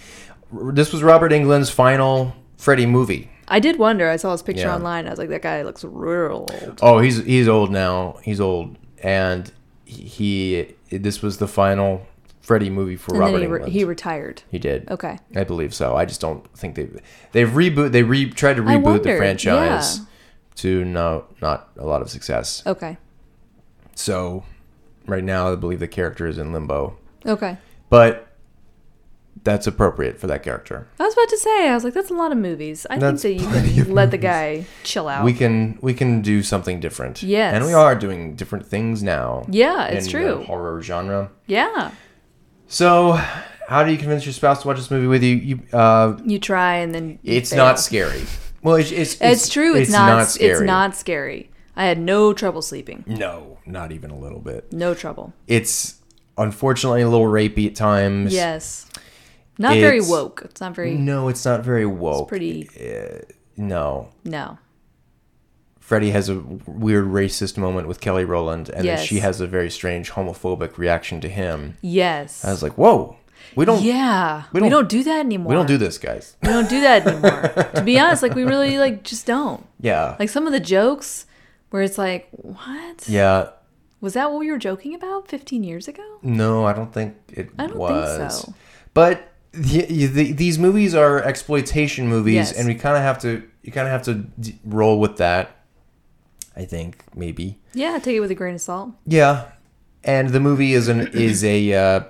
S4: R- This was Robert England's final Freddy movie.
S5: I did wonder. I saw his picture
S4: Yeah.
S5: online. I was like, that guy looks real old.
S4: Oh, he's he's old now. He's old, and he this was the final Freddy movie for
S5: And
S4: Robert
S5: then he, re-
S4: England.
S5: he retired.
S4: He did.
S5: Okay.
S4: I believe so. I just don't think they they've reboot they re tried to reboot
S5: wondered,
S4: the franchise
S5: yeah.
S4: to no not a lot of success.
S5: Okay.
S4: So right now I believe the character is in limbo.
S5: Okay.
S4: But that's appropriate for that character.
S5: I was about to say, I was like, that's a lot of movies. I
S4: That's
S5: think that you
S4: plenty of
S5: can let the guy chill out.
S4: We can we can do something different.
S5: Yes.
S4: And we are doing different things now.
S5: Yeah, it's
S4: in
S5: true.
S4: The horror genre.
S5: yeah.
S4: So how do you convince your spouse to watch this movie with you? You uh,
S5: You try and then you
S4: it's
S5: fail.
S4: not scary. Well, it's it's,
S5: It's, true. It's, not, It's not scary. I had no trouble sleeping.
S4: No, not even a little bit.
S5: No trouble.
S4: it's unfortunately a little rapey at times.
S5: Yes. Not very
S4: It's-
S5: woke. It's not very
S4: No, it's not very woke.
S5: pretty.
S4: no.
S5: No.
S4: Freddie has a weird racist moment with Kelly Rowland, and
S5: Yes.
S4: then she has a very strange homophobic reaction to him.
S5: Yes.
S4: I was like, whoa, we don't,
S5: yeah. We don't,
S4: don't-
S5: do that anymore.
S4: we don't do this, guys.
S5: We don't do that anymore. to be honest, like we really like just don't.
S4: Yeah,
S5: Like some of the jokes where it's like, what?
S4: yeah.
S5: Was that what we were joking about 15 years ago?
S4: No, I don't think it
S5: I don't think
S4: was.
S5: so.
S4: But the, the, these movies are exploitation movies,
S5: Yes.
S4: and we kind of have to, you kind of have to d- roll with that. I think maybe.
S5: Yeah, take it with a grain of salt.
S4: Yeah, and the movie is an is a uh,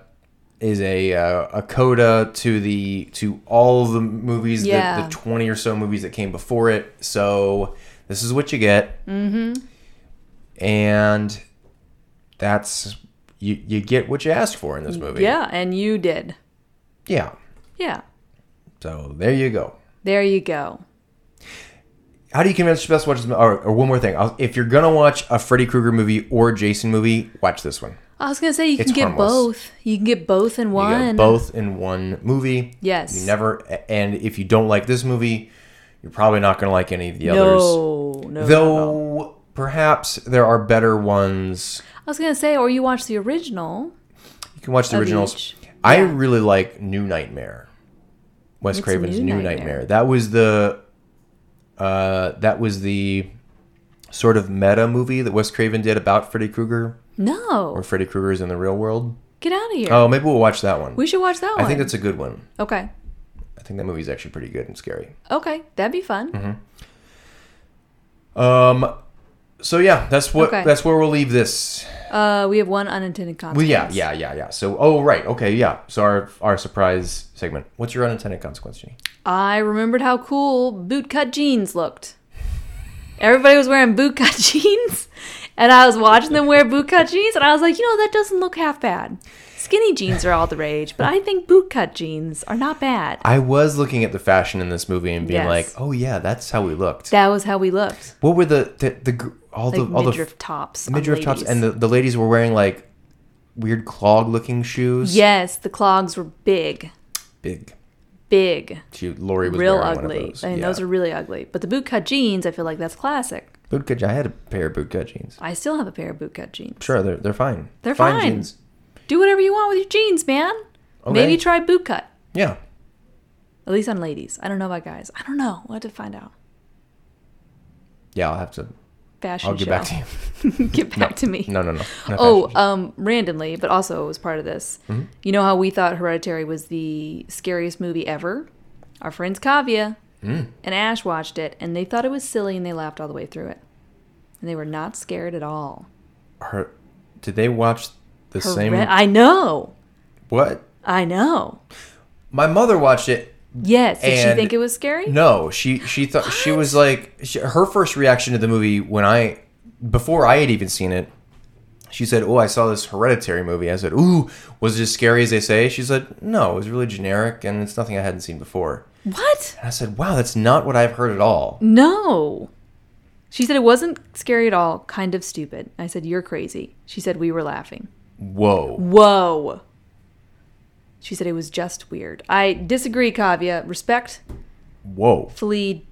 S4: is a uh, a coda to the to all the movies,
S5: Yeah.
S4: the, the twenty or so movies that came before it. So this is what you get, mm-hmm. and that's you you get what you asked for in this movie.
S5: Yeah, and you did.
S4: yeah.
S5: Yeah.
S4: So there you go.
S5: There you go.
S4: How do you convince your best watch this movie? Or, or one more thing, I'll, if you're gonna watch a Freddy Krueger movie or Jason movie, watch this one.
S5: I was gonna say you
S4: It's
S5: can get
S4: harmless.
S5: both. You can get both in
S4: You
S5: one.
S4: got both in one movie.
S5: Yes.
S4: You never, and if you don't like this movie, you're probably not going to like any of the others.
S5: No, no. no, no.
S4: Though perhaps there are better ones.
S5: I was gonna say, or you watch the original.
S4: You can watch the
S5: Of
S4: originals.
S5: each.
S4: I really like New Nightmare. Wes
S5: What's
S4: Craven's
S5: New
S4: New,
S5: Nightmare?
S4: Nightmare? That was the uh that was the sort of meta movie that Wes Craven did about Freddy Krueger
S5: No,
S4: or Freddy Krueger's in the real world.
S5: get out of here.
S4: Oh, maybe we'll watch that one.
S5: we should watch that one.
S4: I think that's a good one.
S5: okay.
S4: I think that movie's actually pretty good and scary.
S5: Okay, that'd be fun.
S4: Mm-hmm. Um. So yeah, that's what
S5: Okay.
S4: that's where we'll leave this.
S5: Uh, we have one unintended
S4: Well,
S5: consequence.
S4: yeah, yeah, yeah, yeah. So oh right, okay, yeah. So our our surprise segment. What's your unintended consequence, Jenny?
S5: I remembered how cool bootcut jeans looked. Everybody was wearing bootcut jeans, and I was watching them wear bootcut jeans, and I was like, you know, that doesn't look half bad. Skinny jeans are all the rage, but I think bootcut jeans are not bad.
S4: I was looking at the fashion in this movie and being
S5: Yes.
S4: like, oh yeah, that's how we looked.
S5: That was how we looked,
S4: what were the the, the gr- all
S5: like
S4: the all
S5: midriff
S4: the
S5: tops,
S4: f-
S5: on
S4: midriff tops
S5: ladies.
S4: and the, the ladies were wearing like weird clog looking shoes.
S5: yes, the clogs were big,
S4: big.
S5: big,
S4: She Lori was
S5: real
S4: wearing
S5: ugly.
S4: One of those.
S5: I mean,
S4: yeah.
S5: those are really ugly. But the bootcut jeans, I feel like that's classic.
S4: bootcut. je- I had a pair of bootcut jeans.
S5: I still have a pair of bootcut jeans.
S4: Sure, they're they're fine.
S5: They're fine.
S4: jeans.
S5: Do whatever you want with your jeans, man.
S4: Okay.
S5: Maybe try bootcut.
S4: Yeah.
S5: At least on ladies. I don't know about guys. I don't know. We'll have to find out.
S4: Yeah, I'll have to.
S5: Fashion
S4: I'll get
S5: show.
S4: back to you.
S5: you. get back to me.
S4: No, no, no. Not
S5: Oh,
S4: fashion. Mm-hmm.
S5: um, randomly, but also as part of this, you know how we thought Hereditary was the scariest movie ever? Our friends Kavya
S4: Mm.
S5: and Ash watched it, and they thought it was silly, and they laughed all the way through it, and they were not scared at all.
S4: Her, did they watch the same?
S5: Hered- I know,
S4: what?
S5: I know.
S4: My mother watched it.
S5: Yes, did she
S4: And-
S5: think it was scary?
S4: No, she she thought she was like she, her first reaction to the movie when I before I had even seen it. She said, "Oh, I saw this Hereditary movie." I said, "Ooh, was it as scary as they say?" She said, "No, it was really generic, and it's nothing I hadn't seen before."
S5: What?
S4: And I said, "Wow, that's not what I've heard at all."
S5: No. She said it wasn't scary at all, kind of stupid. I said, You're crazy. She said, We were laughing.
S4: Whoa,
S5: Whoa. She said it was just weird. I disagree, Kavya. Respectfully
S4: Whoa.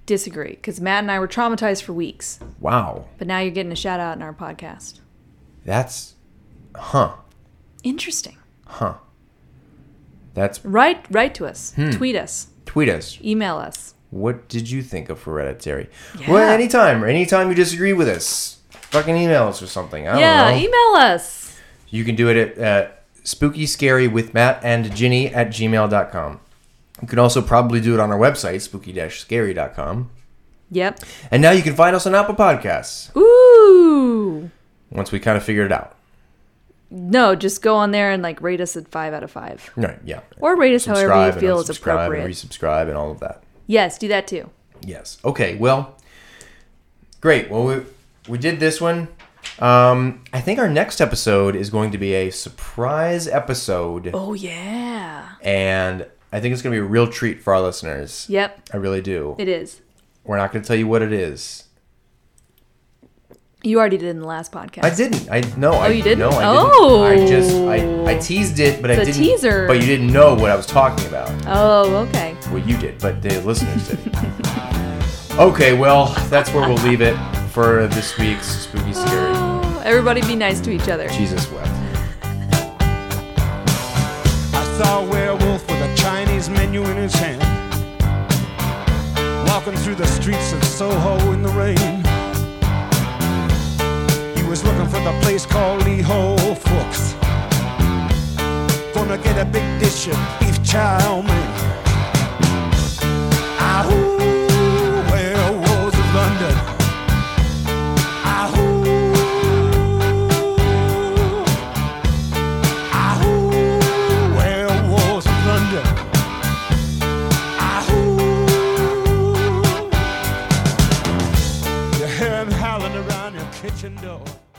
S5: disagree, because Matt and I were traumatized for weeks.
S4: Wow.
S5: But now you're getting a shout out in our podcast.
S4: That's. Huh.
S5: Interesting.
S4: Huh. That's.
S5: Write write to us,
S4: Hmm.
S5: tweet us,
S4: Tweet us.
S5: email us.
S4: What did you think of Hereditary?
S5: Yeah.
S4: Well, anytime. Anytime you disagree with us. Fucking email us or something. I
S5: yeah,
S4: don't know.
S5: email us.
S4: You can do it at uh, spooky scary with Matt and Ginny at gmail.com. You can also probably do it on our website, spooky scary.com.
S5: Yep.
S4: And now you can find us on Apple Podcasts
S5: Ooh.
S4: once we kind of figured it out.
S5: No, just go on there and like rate us at five out of five,
S4: Right, yeah.
S5: or rate us however you
S4: and
S5: feel is
S4: unsubscribe
S5: appropriate.
S4: And resubscribe and all of that.
S5: yes, do that too.
S4: Yes. Okay, well, great. Well, we, we did this one. Um, I think our next episode is going to be a surprise episode,
S5: Oh yeah.
S4: and I think it's going to be a real treat for our listeners.
S5: Yep,
S4: I really do.
S5: it is.
S4: We're not going to tell you what it is.
S5: You already did in the last podcast.
S4: I didn't. I no. I,
S5: you didn't?
S4: No, I
S5: Oh.
S4: didn't. I just I, I teased it, but I
S5: It's a
S4: didn't.
S5: teaser.
S4: But you didn't know what I was talking about.
S5: Oh, okay.
S4: Well, you did, but the listeners did. okay, well, that's where we'll leave it for this week's spooky scary.
S5: Oh, everybody be nice to each other.
S4: Jesus wept.
S3: I saw a werewolf with a Chinese menu in his hand. Walking through the streets of Soho in the rain. He was looking for the place called Lee Ho Fooks. Gonna get a big dish of beef chow mein. Ah, ooh, werewolves of London. Ah, ooh, Ahoo, werewolves of London. Ahoo. You hear 'em howling around your kitchen door.